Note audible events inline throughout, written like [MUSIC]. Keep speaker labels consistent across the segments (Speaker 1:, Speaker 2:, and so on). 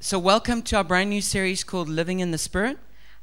Speaker 1: So, welcome to our brand new series called Living in the Spirit.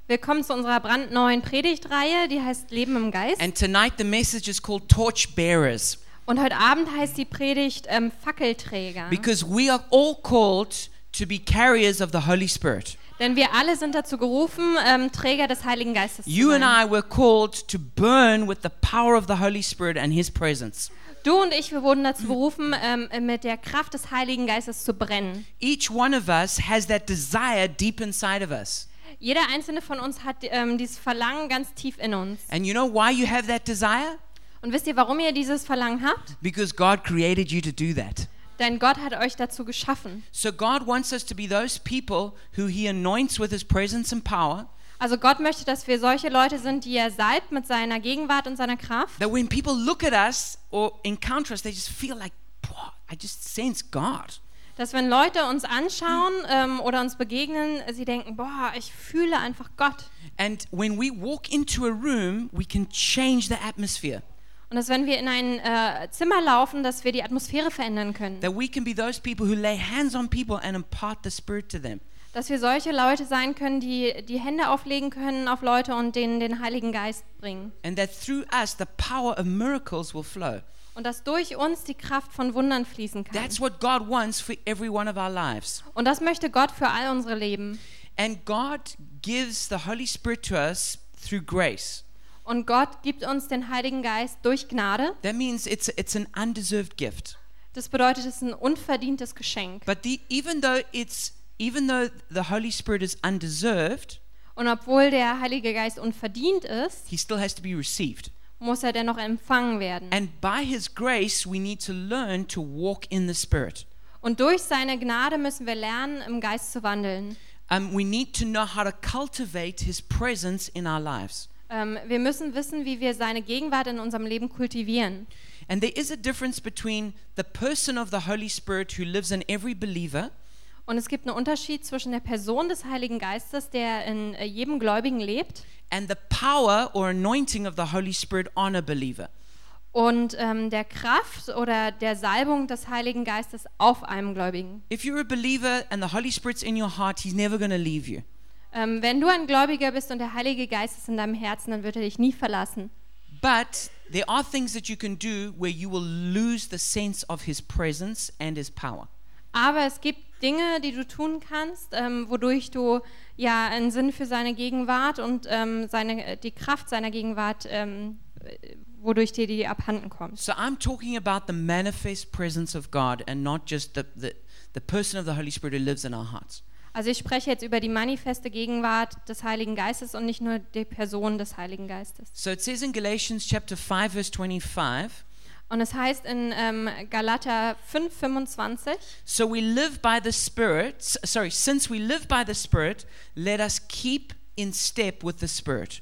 Speaker 2: Willkommen zu unserer brandneuen Predigtreihe, die heißt Leben im Geist.
Speaker 1: And tonight the message is called Torch Bearers
Speaker 2: Und heute Abend heißt die Predigt ähm, Fackelträger.
Speaker 1: because we are all called to be carriers of the Holy Spirit.
Speaker 2: Denn wir alle sind dazu gerufen, ähm, Träger des Heiligen Geistes zu
Speaker 1: You and
Speaker 2: sein.
Speaker 1: I were called to burn with the power of the Holy Spirit and His presence.
Speaker 2: Du und ich, wir wurden dazu berufen, ähm, mit der Kraft des Heiligen Geistes zu brennen.
Speaker 1: Each one of us has that desire deep inside of us.
Speaker 2: Jeder einzelne von uns hat ähm, dieses Verlangen ganz tief in uns.
Speaker 1: And you know why you have that desire?
Speaker 2: Und wisst ihr, warum ihr dieses Verlangen habt?
Speaker 1: Because God created you to do that.
Speaker 2: Denn Gott hat euch dazu geschaffen.
Speaker 1: So, God wants us to be those people who He anoints with His presence and power.
Speaker 2: Also Gott möchte, dass wir solche Leute sind, die er salbt mit seiner Gegenwart und seiner Kraft.
Speaker 1: that when people look at us or encounter us, they just feel like, "Wow, I just sense God.
Speaker 2: Dass wenn Leute uns anschauen ähm, oder uns begegnen, sie denken, boah, ich fühle einfach Gott.
Speaker 1: And when we walk into a room, we can change the atmosphere.
Speaker 2: Und dass wenn wir in ein äh, Zimmer laufen, dass wir die Atmosphäre verändern können.
Speaker 1: That we can be those people who lay hands on people and impart the Spirit to them.
Speaker 2: Dass wir solche Leute sein können, die die Hände auflegen können auf Leute und denen den Heiligen Geist bringen.
Speaker 1: And that through us, the power of miracles will flow.
Speaker 2: Und dass durch uns die Kraft von Wundern fließen kann.
Speaker 1: That's what God wants for every one of our lives.
Speaker 2: Und das möchte Gott für all unsere Leben.
Speaker 1: And God gives the Holy Spirit to us through grace.
Speaker 2: Und Gott gibt uns den Heiligen Geist durch Gnade.
Speaker 1: That means it's, it's an undeserved gift.
Speaker 2: Das bedeutet, es ist ein unverdientes Geschenk.
Speaker 1: But the, even though it's even though the Holy Spirit is undeserved,
Speaker 2: Und obwohl der Heilige Geist unverdient ist,
Speaker 1: he still has to be received.
Speaker 2: muss er dennoch empfangen werden.
Speaker 1: And by his grace, we need to learn to walk in the Spirit.
Speaker 2: Und durch seine Gnade müssen wir lernen, im Geist zu wandeln.
Speaker 1: Um, we need to know how to cultivate his presence in our lives.
Speaker 2: Ähm, wir müssen wissen, wie wir seine Gegenwart in unserem Leben kultivieren.
Speaker 1: And there is a difference between the person of the Holy Spirit who lives in every believer
Speaker 2: Und es gibt einen Unterschied zwischen der Person des Heiligen Geistes, der in äh, jedem Gläubigen lebt,
Speaker 1: and the power or anointing of the Holy Spirit on a believer.
Speaker 2: und ähm, der Kraft oder der Salbung des Heiligen Geistes auf einem Gläubigen.
Speaker 1: If you're a believer and the Holy Spirit's in your heart, he's never going to leave you.
Speaker 2: Ähm, wenn du ein Gläubiger bist und der Heilige Geist ist in deinem Herzen, dann wird er dich nie verlassen.
Speaker 1: But there are things that you can do where you will lose the sense of his presence and his power.
Speaker 2: Aber es gibt Dinge, die du tun kannst, ähm, wodurch du ja einen Sinn für seine Gegenwart und ähm, seine, die Kraft seiner Gegenwart, ähm, äh, wodurch dir die abhanden kommt.
Speaker 1: So I'm talking about the manifest presence of God and not just the, the, the person of the Holy Spirit who lives in our hearts.
Speaker 2: Also ich spreche jetzt über die manifeste Gegenwart des Heiligen Geistes und nicht nur die Person des Heiligen Geistes.
Speaker 1: So it says in Galatians chapter 5 verse 25,
Speaker 2: Und es heißt in ähm, Galater 5, 25,
Speaker 1: so we live by the Spirit, s- sorry, since we live by the Spirit, let us keep in step with the Spirit.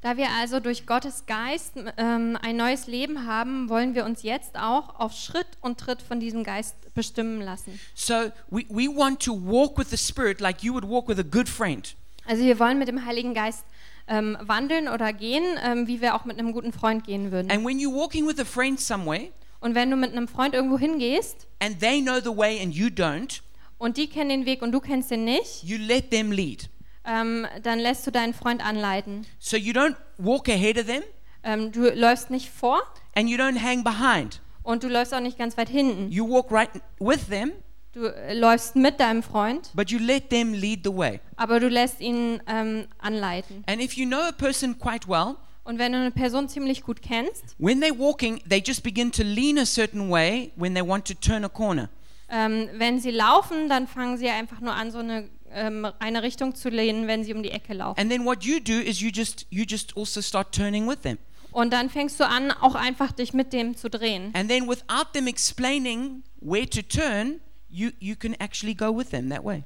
Speaker 2: da wir also durch Gottes Geist ähm, ein neues Leben haben, wollen wir uns jetzt auch auf Schritt und Tritt von diesem Geist bestimmen lassen.
Speaker 1: So we, we want to walk with the Spirit like you would walk with a good friend.
Speaker 2: Also wir wollen mit dem Heiligen Geist ähm, wandeln oder gehen, ähm, wie wir auch mit einem guten Freund gehen würden.
Speaker 1: And when you're walking with a friend somewhere
Speaker 2: Und wenn du mit einem Freund irgendwo hingehst
Speaker 1: and they know the way and you don't,
Speaker 2: und die kennen den Weg und du kennst den nicht,
Speaker 1: you let them lead.
Speaker 2: ähm, dann lässt du deinen Freund anleiten.
Speaker 1: So you don't walk ahead of them
Speaker 2: Ähm, du läufst nicht vor
Speaker 1: and you don't hang behind.
Speaker 2: und du läufst auch nicht ganz weit hinten.
Speaker 1: You walk right with them,
Speaker 2: Du äh, läufst mit deinem Freund,
Speaker 1: but you let them lead the way.
Speaker 2: aber du lässt ihn ähm, anleiten.
Speaker 1: And if you know a person quite well,
Speaker 2: Und wenn du eine Person ziemlich gut kennst,
Speaker 1: when they're walking, they just begin to lean a certain way when they want to turn a corner.
Speaker 2: ähm, wenn sie laufen, dann fangen sie einfach nur an, so eine, ähm, eine Richtung zu lehnen, wenn sie um die Ecke laufen.
Speaker 1: And then what you do is you just you just also start turning with them.
Speaker 2: Und dann fängst du an, auch einfach dich mit dem zu drehen.
Speaker 1: And then without them explaining where to turn, you you can actually go with them that way.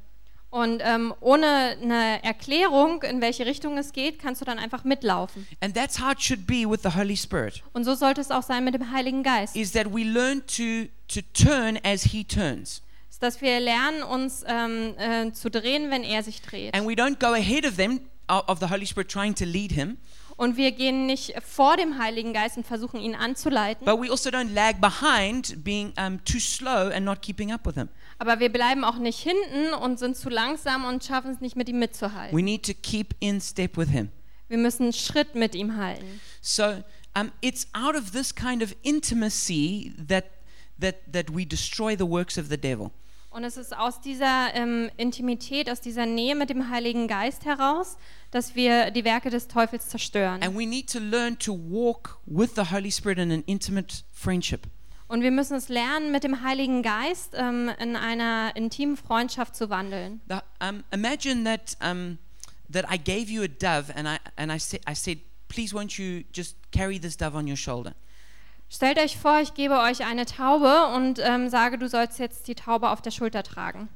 Speaker 2: Und ähm, ohne eine Erklärung, in welche Richtung es geht, kannst du dann einfach mitlaufen.
Speaker 1: And that's how it should be with the Holy Spirit.
Speaker 2: Und so sollte es auch sein mit dem Heiligen Geist,
Speaker 1: Is that we learn to to turn as he turns.
Speaker 2: dass wir lernen, uns ähm, äh, zu drehen, wenn er sich dreht.
Speaker 1: And we don't go ahead of them of of the Holy Spirit trying to lead him.
Speaker 2: Und wir gehen nicht vor dem Heiligen Geist und versuchen, ihn anzuleiten,
Speaker 1: But we also don't lag behind, being um, too slow and not keeping up with him.
Speaker 2: Aber wir bleiben auch nicht hinten und sind zu langsam und schaffen es nicht, mit ihm mitzuhalten.
Speaker 1: We need to keep in step with Him.
Speaker 2: Wir müssen Schritt mit ihm halten.
Speaker 1: So um, it's out of this kind of intimacy that, that, that we destroy the works of the devil.
Speaker 2: Und es ist aus dieser ähm, Intimität, aus dieser Nähe mit dem Heiligen Geist heraus, dass wir die Werke des Teufels zerstören.
Speaker 1: And we need to learn to walk with the Holy Spirit in an intimate friendship.
Speaker 2: Und wir müssen es lernen, mit dem Heiligen Geist ähm, in einer intimen Freundschaft zu wandeln.
Speaker 1: The, um, imagine that, um, that I gave you a dove and, I, and I, sa- I said, please won't you just carry this dove on your shoulder.
Speaker 2: Stellt euch vor, ich gebe euch eine Taube und ähm, sage, du sollst jetzt die Taube auf der Schulter tragen.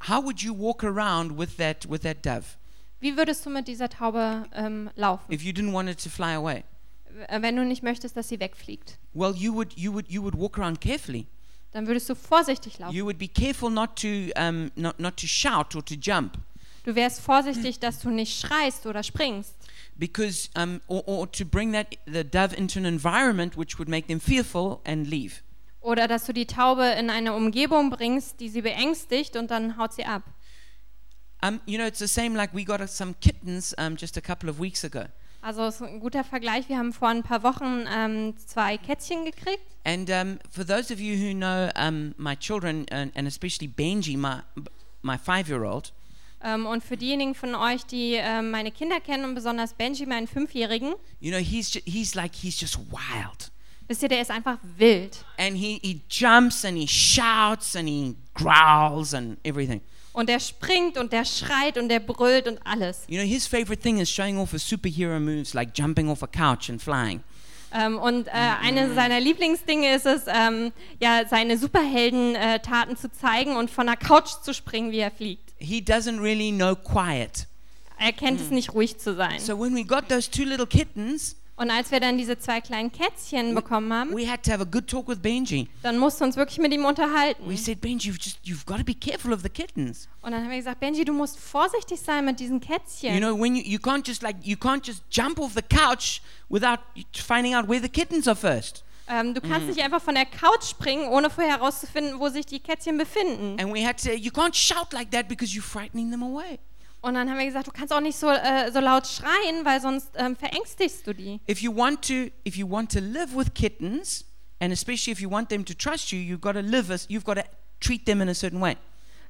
Speaker 1: How would you walk around with that, with that dove
Speaker 2: Wie würdest du mit dieser Taube ähm, laufen,
Speaker 1: if you didn't want it to fly away?
Speaker 2: äh, wenn du nicht möchtest, dass sie wegfliegt?
Speaker 1: Well, you would, you would, you would walk around carefully.
Speaker 2: Dann würdest du vorsichtig laufen.
Speaker 1: You would be careful not to, um, not, not to shout or to jump
Speaker 2: Du wärst vorsichtig, dass du nicht schreist oder springst.
Speaker 1: because, um, or, or to bring that, the dove into an environment which would make them fearful and leave.
Speaker 2: Oder dass du die Taube in eine Umgebung bringst, die sie beängstigt und dann haut sie ab.
Speaker 1: Um, you know, it's the same like we got us some kittens um, just a couple of weeks ago.
Speaker 2: Also ist ein guter Vergleich. Wir haben vor ein paar Wochen ähm, zwei Kätzchen gekriegt.
Speaker 1: And um, for those of you who know um, my children, and, and especially Benji, my, my five year old,
Speaker 2: Ähm, und für diejenigen von euch, die ähm, meine Kinder kennen und besonders Benji, meinen Fünfjährigen,
Speaker 1: you know, he's, ju- he's like, he's just wild.
Speaker 2: wisst ihr, der ist einfach wild.
Speaker 1: And he, he jumps and he shouts and he growls and everything.
Speaker 2: Und der springt und der schreit und der brüllt und alles.
Speaker 1: You know, his favorite thing is showing off his superhero moves like jumping off a couch and flying.
Speaker 2: Ähm, und äh, eine seiner Lieblingsdinge ist es, ähm, ja, seine Superhelden-Taten zu zeigen und von der Couch zu springen, wie er fliegt.
Speaker 1: He doesn't really know quiet.
Speaker 2: Er kennt es nicht, ruhig zu sein.
Speaker 1: So when we got those two little kittens,
Speaker 2: Und als wir dann diese zwei kleinen Kätzchen bekommen haben,
Speaker 1: we had to have a good talk with Benji.
Speaker 2: dann mussten wir uns wirklich mit ihm unterhalten.
Speaker 1: We said, Benji, you've just you've got to be careful of the kittens.
Speaker 2: Und dann haben wir gesagt, Benji, du musst vorsichtig sein mit diesen Kätzchen.
Speaker 1: You know, when you, you can't just like you can't just jump off the couch without finding out where the kittens are first.
Speaker 2: ähm, du
Speaker 1: Mm.
Speaker 2: kannst nicht einfach von der Couch springen, ohne vorher herauszufinden, wo sich die Kätzchen befinden.
Speaker 1: And we had to say, you can't shout like that because you're frightening them away.
Speaker 2: Und dann haben wir gesagt, du kannst auch nicht so, äh, so laut schreien, weil sonst ähm, verängstigst du die.
Speaker 1: If you want to if you want to live with kittens, and especially if you want them to trust you, you've got to live as you've got to treat them in a certain way.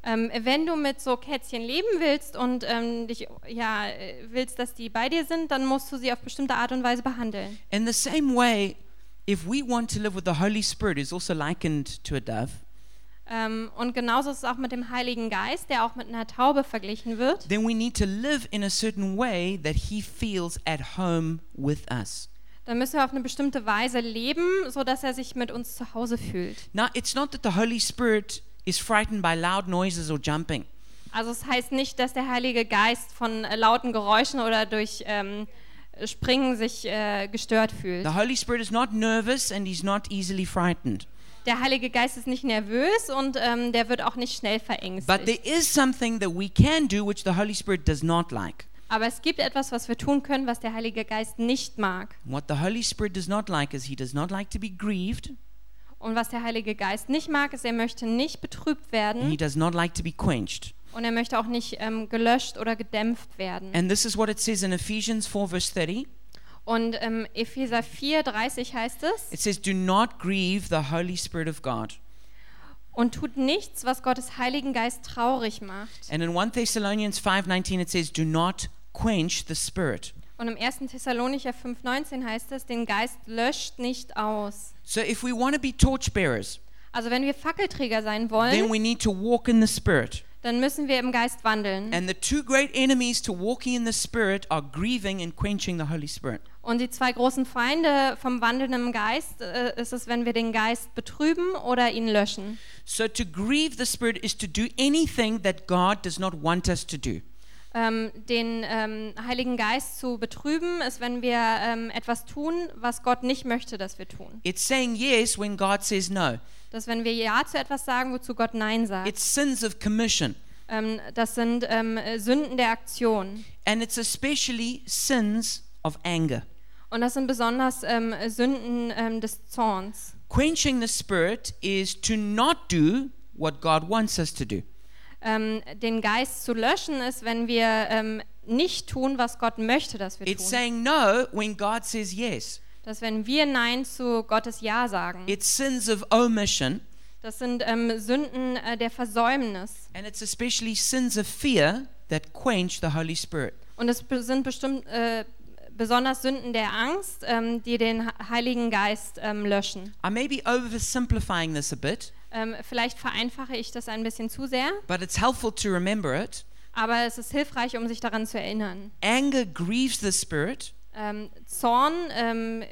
Speaker 2: Ähm, wenn du mit so Kätzchen leben willst und ähm, dich, ja, äh, willst, dass die bei dir sind, dann musst du sie auf bestimmte Art und Weise behandeln.
Speaker 1: In the same way, if we want to live with the Holy Spirit is also likened to a dove,
Speaker 2: Ähm, und genauso ist es auch mit dem Heiligen Geist, der auch mit einer Taube verglichen wird.
Speaker 1: then we need to live in a certain way that he feels at home with us.
Speaker 2: Dann müssen wir auf eine bestimmte Weise leben, sodass er sich mit uns zu Hause fühlt.
Speaker 1: Now, it's not that the Holy Spirit is frightened by loud noises or jumping.
Speaker 2: Also es heißt nicht, dass der Heilige Geist von äh, lauten Geräuschen oder durch ähm, Springen sich äh, gestört fühlt.
Speaker 1: The Holy Spirit is not nervous and he's not easily frightened.
Speaker 2: Der Heilige Geist ist nicht nervös und ähm, der wird auch nicht schnell
Speaker 1: But
Speaker 2: verängstigt.
Speaker 1: there is something that we can do which the Holy Spirit does not like.
Speaker 2: Aber es gibt etwas, was wir tun können, was der Heilige Geist nicht mag.
Speaker 1: What the Holy Spirit does not like is he does not like to be grieved
Speaker 2: Und was der Heilige Geist nicht mag, ist, er möchte nicht betrübt
Speaker 1: and he
Speaker 2: werden
Speaker 1: does not like to be quenched.
Speaker 2: und er möchte auch nicht ähm, gelöscht oder gedämpft werden.
Speaker 1: And this is what it says in Ephesians 4, verse 30.
Speaker 2: Und ähm, Epheser 4, 30 heißt es,
Speaker 1: It says, Do not grieve the Holy Spirit of God.
Speaker 2: und tut nichts, was Gottes Heiligen Geist traurig macht.
Speaker 1: And in 1 Thessalonians 5:19 it says, "Do not quench the spirit."
Speaker 2: Und im 1. Thessalonicher 5,19 heißt es, den Geist löscht nicht aus.
Speaker 1: So if we want to be torchbearers,
Speaker 2: Also wenn wir Fackelträger sein
Speaker 1: then
Speaker 2: wollen,
Speaker 1: we need to walk in the spirit.
Speaker 2: dann müssen wir im Geist wandeln.
Speaker 1: And the two great enemies to walking in the spirit are grieving and quenching the Holy Spirit.
Speaker 2: Und die zwei großen Feinde vom wandelnden Geist äh, ist es, wenn wir den Geist betrüben oder ihn löschen.
Speaker 1: So to grieve the spirit is to do anything that God does not want us to do.
Speaker 2: Ähm, den ähm, Heiligen Geist zu betrüben ist, wenn wir ähm, etwas tun, was Gott nicht möchte, dass wir tun.
Speaker 1: It's saying yes when God says no.
Speaker 2: Dass wenn wir Ja zu etwas sagen, wozu Gott Nein sagt.
Speaker 1: It's sins of commission.
Speaker 2: Ähm, das sind ähm, äh, Sünden der Aktion.
Speaker 1: And it's especially sins of anger.
Speaker 2: Und das sind besonders ähm, Sünden ähm, des Zorns.
Speaker 1: Quenching the spirit is to not do what God wants us to do.
Speaker 2: Ähm, den Geist zu löschen ist, wenn wir ähm, nicht tun, was Gott möchte, dass wir
Speaker 1: It's
Speaker 2: tun.
Speaker 1: saying no when God says yes.
Speaker 2: Dass wenn wir Nein zu Gottes Ja sagen.
Speaker 1: It's sins of omission,
Speaker 2: Das sind ähm, Sünden äh, der Versäumnis.
Speaker 1: and it's especially sins of fear that quench the Holy Spirit.
Speaker 2: Und es be- sind bestimmt äh, besonders Sünden der Angst, ähm, die den H- Heiligen Geist ähm, löschen.
Speaker 1: I may be oversimplifying this a bit,
Speaker 2: Ähm, vielleicht vereinfache ich das ein bisschen zu sehr,
Speaker 1: but it's helpful to remember it.
Speaker 2: aber es ist hilfreich, um sich daran zu erinnern.
Speaker 1: Anger grieves the Spirit,
Speaker 2: Ähm, Zorn ähm,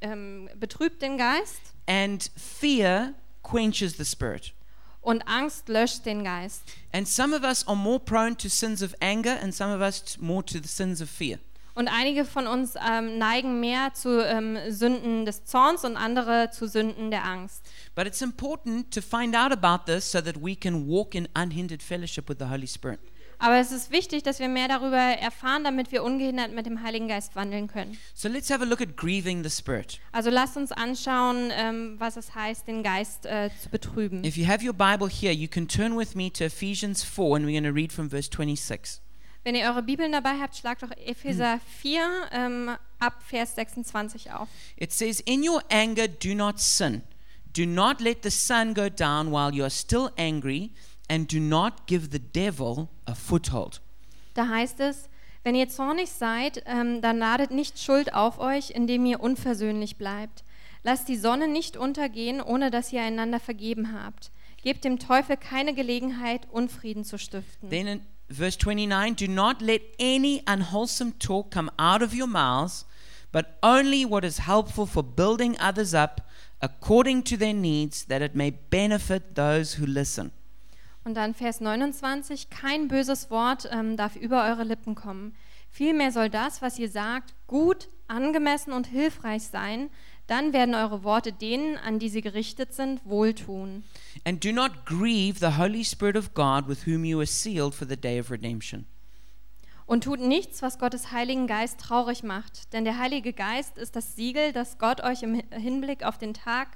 Speaker 2: ähm, betrübt den Geist
Speaker 1: and fear quenches the Spirit.
Speaker 2: und Angst löscht den Geist.
Speaker 1: And some of us are more prone to sins of anger, and some of us t- more to the sins of fear.
Speaker 2: Und einige von uns ähm, neigen mehr zu ähm, Sünden des Zorns und andere zu Sünden der Angst.
Speaker 1: But it's important to find out about this so that we can walk in unhindered fellowship with the Holy Spirit.
Speaker 2: Aber es ist wichtig, dass wir mehr darüber erfahren, damit wir ungehindert mit dem Heiligen Geist wandeln können.
Speaker 1: So let's have a look at grieving the Spirit.
Speaker 2: Also lasst uns anschauen, ähm, was es heißt, den Geist äh, zu betrüben.
Speaker 1: If you have your Bible here, you can turn with me to Ephesians 4, and we're going to read from verse 26.
Speaker 2: Wenn ihr eure Bibeln dabei habt, schlagt doch Epheser 4 ähm, ab Vers 26 auf.
Speaker 1: It says, In your anger, do not sin. Do not let the sun go down while you are still angry, and do not give the devil a foothold.
Speaker 2: Da heißt es, wenn ihr zornig seid, ähm, dann ladet nicht Schuld auf euch, indem ihr unversöhnlich bleibt. Lasst die Sonne nicht untergehen, ohne dass ihr einander vergeben habt. Gebt dem Teufel keine Gelegenheit, Unfrieden zu stiften.
Speaker 1: Then in verse 29, do not let any unwholesome talk come out of your mouths, but only what is helpful for building others up according to their needs, that it may benefit those who listen.
Speaker 2: Und dann Vers 29, kein böses Wort ähm, darf über eure Lippen kommen. Vielmehr soll das, was ihr sagt, gut, angemessen und hilfreich sein. Dann werden eure Worte denen, an die sie gerichtet sind, wohltun.
Speaker 1: And do not grieve the Holy Spirit of God with whom you are sealed for the day of redemption.
Speaker 2: Und tut nichts, was Gottes Heiligen Geist traurig macht. Denn der Heilige Geist ist das Siegel, das Gott euch im Hi- Hinblick auf den Tag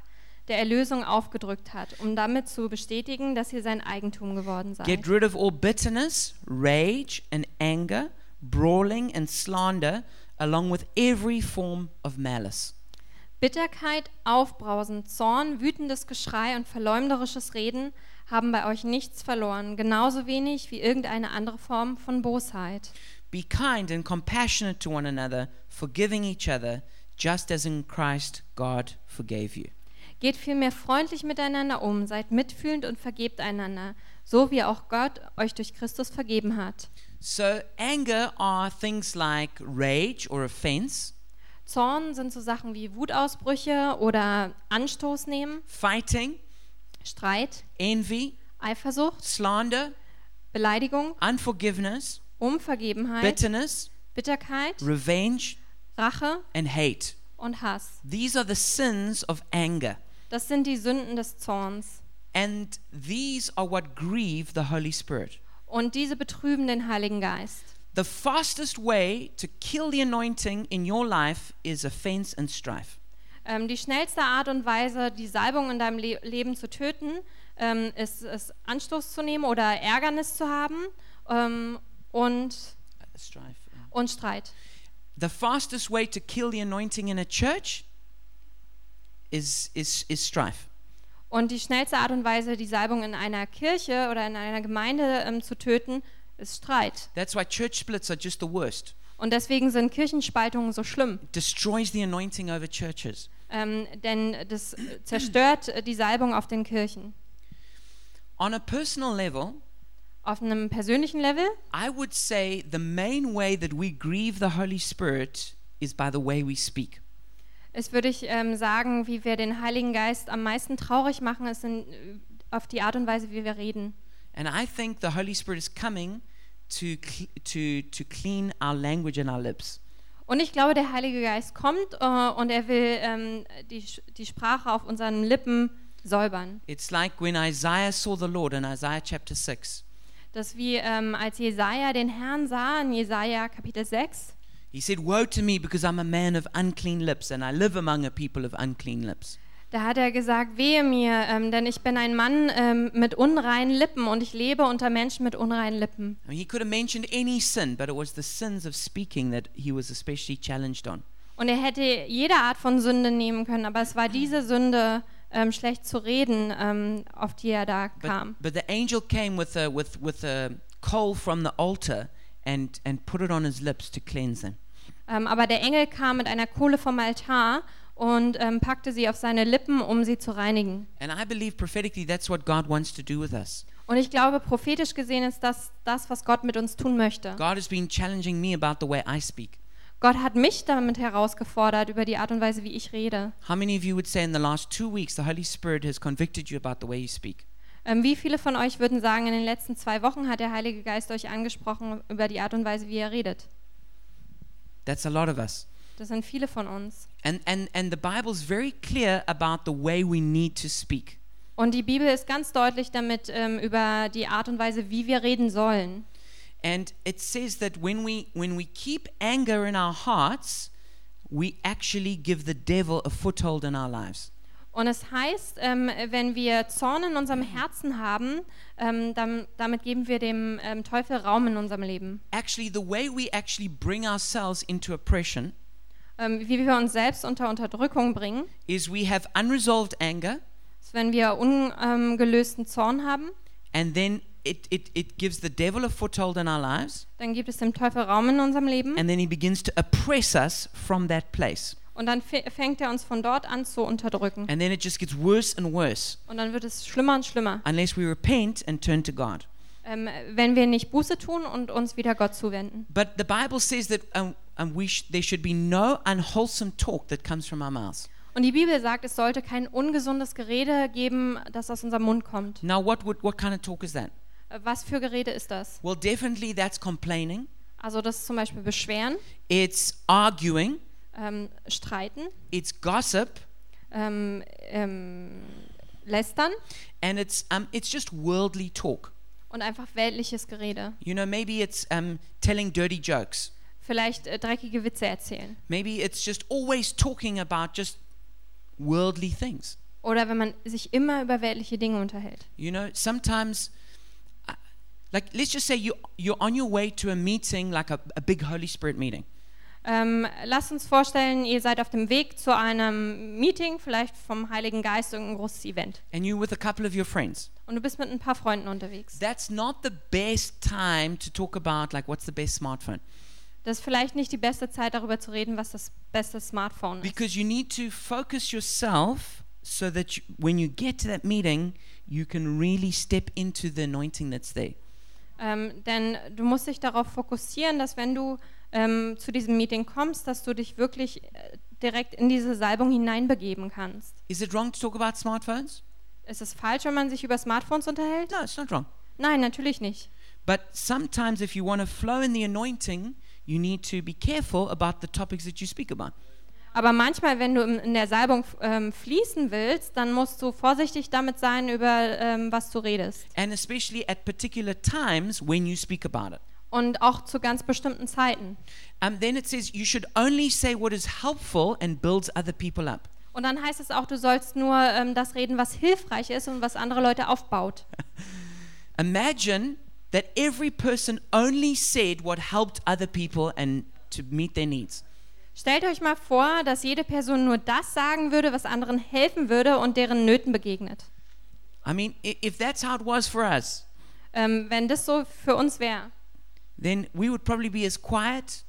Speaker 2: der Erlösung aufgedrückt hat, um damit zu bestätigen, dass ihr sein Eigentum geworden seid.
Speaker 1: Get rid of all bitterness, rage, and anger, brawling, and slander, along with every form of malice.
Speaker 2: Bitterkeit, Aufbrausen, Zorn, wütendes Geschrei und verleumderisches Reden haben bei euch nichts verloren, genauso wenig wie irgendeine andere Form von Bosheit.
Speaker 1: Be kind and compassionate to one another, forgiving each other, just as in Christ God forgave you.
Speaker 2: Geht vielmehr freundlich miteinander um, seid mitfühlend und vergebt einander, so wie auch Gott euch durch Christus vergeben hat.
Speaker 1: So, anger are things like rage or offense,
Speaker 2: Zorn sind so Sachen wie Wutausbrüche oder Anstoß nehmen,
Speaker 1: fighting,
Speaker 2: Streit,
Speaker 1: envy,
Speaker 2: Eifersucht,
Speaker 1: slander,
Speaker 2: Beleidigung,
Speaker 1: unforgiveness,
Speaker 2: Unvergebenheit,
Speaker 1: bitterness,
Speaker 2: Bitterkeit,
Speaker 1: revenge,
Speaker 2: Rache
Speaker 1: and hate.
Speaker 2: und Hass.
Speaker 1: These are the sins of anger,
Speaker 2: Das sind die Sünden des Zorns.
Speaker 1: and these are what grieve the Holy Spirit.
Speaker 2: Und diese betrüben den Heiligen Geist.
Speaker 1: The fastest way to kill the anointing in your life is offense and strife.
Speaker 2: Ähm, die schnellste Art und Weise, die Salbung in deinem Le Leben zu töten, ähm, ist es, Anstoß zu nehmen oder Ärgernis zu haben ähm, und,
Speaker 1: Strife.
Speaker 2: und Streit.
Speaker 1: the fastest way to kill the anointing in a church is is is strife.
Speaker 2: Und die schnellste Art und Weise, die Salbung in einer Kirche oder in einer Gemeinde ähm, zu töten, ist Streit.
Speaker 1: That's why church splits are just the worst.
Speaker 2: Und deswegen sind Kirchenspaltungen so schlimm.
Speaker 1: It destroys the anointing over churches.
Speaker 2: Ähm, denn das zerstört äh, die Salbung auf den Kirchen.
Speaker 1: On a personal level,
Speaker 2: Auf einem persönlichen Level
Speaker 1: I would say the main way that we grieve the Holy Spirit is by the way we speak.
Speaker 2: Es würde ich ähm, sagen, wie wir den Heiligen Geist am meisten traurig machen, ist in, äh, auf die Art und Weise, wie wir reden.
Speaker 1: And I think the Holy Spirit is coming to cl- to to clean our language and our lips.
Speaker 2: Und ich glaube, der Heilige Geist kommt äh, und er will ähm, die, Sch- die Sprache auf unseren Lippen säubern.
Speaker 1: It's like when Isaiah saw the Lord in Isaiah chapter 6.
Speaker 2: Das wie ähm, als Jesaja den Herrn sah in Jesaja Kapitel 6.
Speaker 1: He said, Woe to me because I'm a man of unclean lips and I live among a people of unclean lips.
Speaker 2: Da hat er gesagt, wehe mir, ähm, denn ich bin ein Mann ähm, mit unreinen Lippen und ich lebe unter Menschen mit unreinen Lippen.
Speaker 1: I mean, he could have mentioned any sin, but it was the sins of speaking that he was especially challenged on.
Speaker 2: Und er hätte jede Art von Sünde nehmen können, aber es war diese Sünde, ähm, schlecht zu reden, ähm, auf die er da
Speaker 1: But,
Speaker 2: kam.
Speaker 1: but the angel came with a, with, with a coal from the altar and, and put it on his lips to cleanse him.
Speaker 2: Ähm, aber der Engel kam mit einer Kohle vom Altar und ähm, packte sie auf seine Lippen, um sie zu reinigen.
Speaker 1: And I believe prophetically that's what God wants to do with us.
Speaker 2: Und ich glaube, prophetisch gesehen ist das das, was Gott mit uns tun möchte.
Speaker 1: God has been challenging me about the way I speak.
Speaker 2: Gott hat mich damit herausgefordert über die Art und Weise, wie ich rede.
Speaker 1: How many of you would say in the last two weeks the Holy Spirit has convicted you about the way you speak?
Speaker 2: Ähm, wie viele von euch würden sagen, in den letzten zwei Wochen hat der Heilige Geist euch angesprochen über die Art und Weise, wie ihr redet?
Speaker 1: That's a lot of us.
Speaker 2: Das sind viele von uns.
Speaker 1: And, and, and the Bible's very clear about the way we need to speak.
Speaker 2: Und die Bibel ist ganz deutlich damit ähm, über die Art und Weise, wie wir reden sollen.
Speaker 1: And it says that when we, when we keep anger in our hearts, we actually give the devil a foothold in our lives.
Speaker 2: Und es heißt, ähm, wenn wir Zorn in unserem Herzen haben, ähm, dam, damit geben wir dem ähm, Teufel Raum in unserem Leben.
Speaker 1: Actually, the way we actually bring ourselves into oppression
Speaker 2: Ähm, wie wir uns selbst unter Unterdrückung bringen,
Speaker 1: is we have unresolved anger,
Speaker 2: ist, wenn wir ungelösten Zorn haben,
Speaker 1: and then it, it, it gives the devil a foothold in our lives,
Speaker 2: dann gibt es dem Teufel Raum in unserem Leben
Speaker 1: and then he begins to oppress us from that place.
Speaker 2: und dann fä- fängt er uns von dort an zu unterdrücken.
Speaker 1: And then it just gets worse and worse
Speaker 2: Und dann wird es schlimmer und schlimmer,
Speaker 1: unless we repent and turn to God.
Speaker 2: ähm, wenn wir nicht Buße tun und uns wieder Gott zuwenden.
Speaker 1: But the Bible says that um, um, we sh- there should be no unwholesome talk that comes from our mouths.
Speaker 2: Und die Bibel sagt, es sollte kein ungesundes Gerede geben, das aus unserem Mund kommt.
Speaker 1: Now, what, would, what kind of talk is that?
Speaker 2: Äh, Was für Gerede ist das?
Speaker 1: Well, definitely that's complaining,
Speaker 2: Also das ist zum Beispiel Beschweren,
Speaker 1: it's arguing,
Speaker 2: ähm, Streiten,
Speaker 1: it's gossip,
Speaker 2: ähm, ähm, Lästern
Speaker 1: and it's, um, it's just worldly talk.
Speaker 2: und einfach weltliches Gerede.
Speaker 1: You know, maybe it's um, telling dirty jokes.
Speaker 2: Vielleicht äh, dreckige Witze erzählen.
Speaker 1: Maybe it's just always talking about just worldly things.
Speaker 2: Oder wenn man sich immer über weltliche Dinge unterhält.
Speaker 1: You know, sometimes, uh, like, let's just say you, you're on your way to a meeting, like a, a big Holy Spirit meeting.
Speaker 2: Ähm, lasst uns vorstellen, ihr seid auf dem Weg zu einem Meeting, vielleicht vom Heiligen Geist, irgendein großes Event.
Speaker 1: and you're with a couple of your friends.
Speaker 2: Und du bist mit ein paar Freunden unterwegs.
Speaker 1: That's not the best time to talk about like what's the best smartphone
Speaker 2: Das ist vielleicht nicht die beste Zeit, darüber zu reden, was das beste Smartphone ist.
Speaker 1: because you need to focus yourself so that you, when you get to that meeting, you can really step into the anointing that's there.
Speaker 2: Ähm, denn du musst dich darauf fokussieren, dass wenn du ähm, zu diesem Meeting kommst, dass du dich wirklich äh, direkt in diese Salbung hineinbegeben kannst.
Speaker 1: Is it wrong to talk about smartphones?
Speaker 2: Ist es falsch, wenn man sich über Smartphones unterhält?
Speaker 1: No, it's not wrong.
Speaker 2: Nein, natürlich nicht.
Speaker 1: But sometimes if you want to flow in the anointing, you need to be careful about the topics that you speak about.
Speaker 2: Aber manchmal, wenn du im- in der Salbung ähm, fließen willst, dann musst du vorsichtig damit sein, über ähm, was du redest.
Speaker 1: And especially at particular times when you speak about it.
Speaker 2: Und auch zu ganz bestimmten Zeiten.
Speaker 1: And then it says you should only say what is helpful and builds other people up.
Speaker 2: Und dann heißt es auch, du sollst nur ähm, das reden, was hilfreich ist und was andere Leute aufbaut.
Speaker 1: Imagine that every person only said what helped other people and to meet their needs.
Speaker 2: Stellt euch mal vor, dass jede Person nur das sagen würde, was anderen helfen würde und deren Nöten begegnet.
Speaker 1: I mean, i- if that's how it was for us,
Speaker 2: Ähm, wenn das so für uns wäre,
Speaker 1: then we would probably be as quiet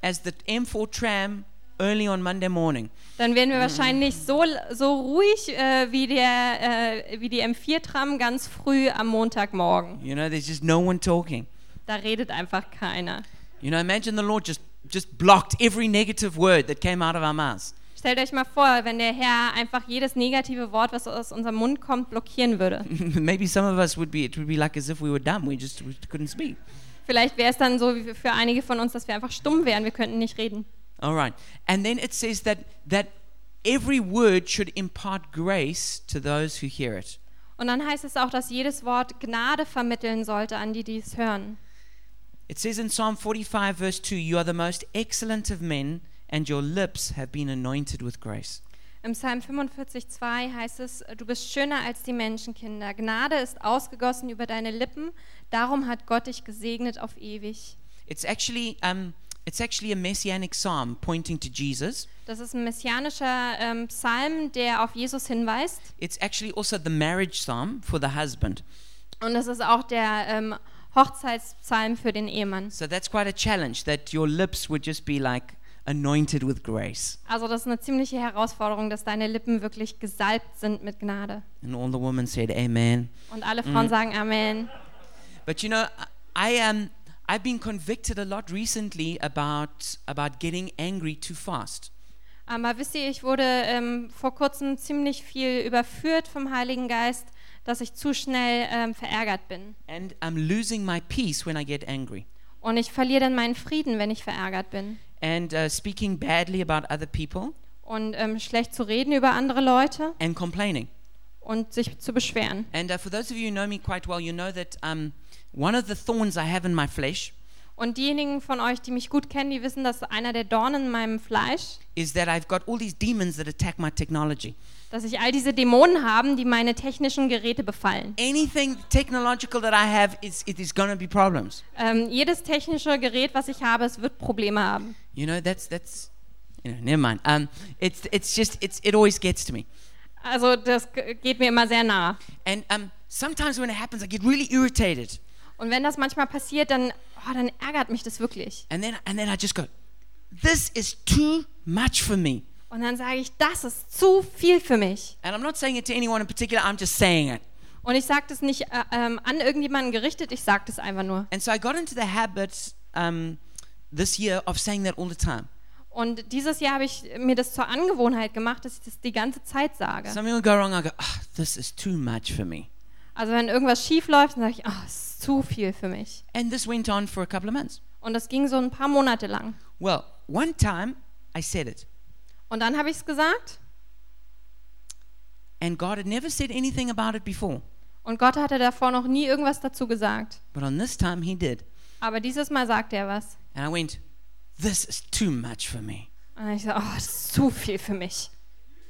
Speaker 1: as the M4 tram early on Monday morning.
Speaker 2: dann wären wir wahrscheinlich so, so ruhig äh, wie, der, äh, wie die M4-Tram ganz früh am Montagmorgen.
Speaker 1: You know, there's just no one talking.
Speaker 2: Da redet einfach keiner.
Speaker 1: You know, imagine the Lord just just blocked every negative word that came out of our mouths.
Speaker 2: Stellt euch mal vor, wenn der Herr einfach jedes negative Wort, was aus unserem Mund kommt, blockieren würde.
Speaker 1: [LAUGHS] Maybe some of us would be it would be like as if we were dumb. We just we couldn't speak.
Speaker 2: Vielleicht wäre es dann so wie für einige von uns, dass wir einfach stumm wären, wir könnten nicht reden.
Speaker 1: All right. And then it says that that every word should impart grace to those who hear it.
Speaker 2: Und dann heißt es auch, dass jedes Wort Gnade vermitteln sollte an die, die es hören.
Speaker 1: It says in Psalm 45 verse 2, you are the most excellent of men and your lips have been anointed with grace.
Speaker 2: Im Im Psalm 45,2 heißt es, du bist schöner als die Menschenkinder. Gnade ist ausgegossen über deine Lippen, darum hat Gott dich gesegnet auf ewig.
Speaker 1: It's actually, um, it's actually a messianic psalm pointing to Jesus.
Speaker 2: Das ist ein messianischer ähm, Psalm, der auf Jesus hinweist.
Speaker 1: It's actually also the marriage psalm for the husband.
Speaker 2: Und das ist auch der ähm, Hochzeitspsalm für den Ehemann.
Speaker 1: So that's quite a challenge that your lips would just be like anointed with grace.
Speaker 2: Also das ist eine ziemliche Herausforderung, dass deine Lippen wirklich gesalbt sind mit Gnade.
Speaker 1: And all the women said, Amen.
Speaker 2: Und alle Frauen sagen Amen.
Speaker 1: But you know, I am. Um, I've been convicted a lot recently about about getting angry too fast.
Speaker 2: Aber wisst ihr, ich wurde ähm, vor kurzem ziemlich viel überführt vom Heiligen Geist, dass ich zu schnell ähm, verärgert bin.
Speaker 1: And I'm losing my peace when I get angry.
Speaker 2: Und ich verliere dann meinen Frieden, wenn ich verärgert bin.
Speaker 1: And uh, speaking badly about other people
Speaker 2: Und ähm, schlecht zu reden über andere Leute
Speaker 1: and complaining.
Speaker 2: und sich zu beschweren.
Speaker 1: And uh, for those of you who know me quite well, you know that um, one of the thorns I have in my flesh
Speaker 2: Und diejenigen von euch, die mich gut kennen, die wissen, dass einer der Dornen in meinem Fleisch,
Speaker 1: is that I've got all these demons that attack my technology.
Speaker 2: dass ich all diese Dämonen haben, die meine technischen Geräte befallen.
Speaker 1: Anything technological that I have is it is going to be problems.
Speaker 2: Ähm, jedes technische Gerät, was ich habe, es wird Probleme haben.
Speaker 1: You know, that's that's. You know, never mind. Um, it's it's just it's it always gets to me.
Speaker 2: Also das ge- geht mir immer sehr nah.
Speaker 1: And um, sometimes when it happens, I get really irritated,
Speaker 2: Und wenn das manchmal passiert, dann, oh, dann ärgert mich das wirklich.
Speaker 1: and then and then I just go, "This is too much for me."
Speaker 2: Und dann sage ich, das ist zu viel für mich.
Speaker 1: And I'm not saying it to anyone in particular. I'm just saying it.
Speaker 2: Und ich sage das nicht äh, ähm, an irgendjemanden gerichtet, ich sage das einfach nur.
Speaker 1: And so I got into the habit um, this year of saying that all the time.
Speaker 2: Und dieses Jahr habe ich mir das zur Angewohnheit gemacht, dass ich das die ganze Zeit sage.
Speaker 1: Something will go wrong. I go, oh, "This is too much for me."
Speaker 2: Also wenn irgendwas schief läuft, dann sage ich, oh, es ist zu viel für mich.
Speaker 1: And this went on for a couple of months.
Speaker 2: Und das ging so ein paar Monate lang.
Speaker 1: Well, one time I said it,
Speaker 2: Und dann habe ich es gesagt
Speaker 1: and God had never said anything about it before,
Speaker 2: und Gott hatte davor noch nie irgendwas dazu gesagt.
Speaker 1: but on this time He did.
Speaker 2: Aber dieses Mal sagte er was.
Speaker 1: And I went, This is too much for me.
Speaker 2: Und dann ich so, oh, das ist zu viel für mich.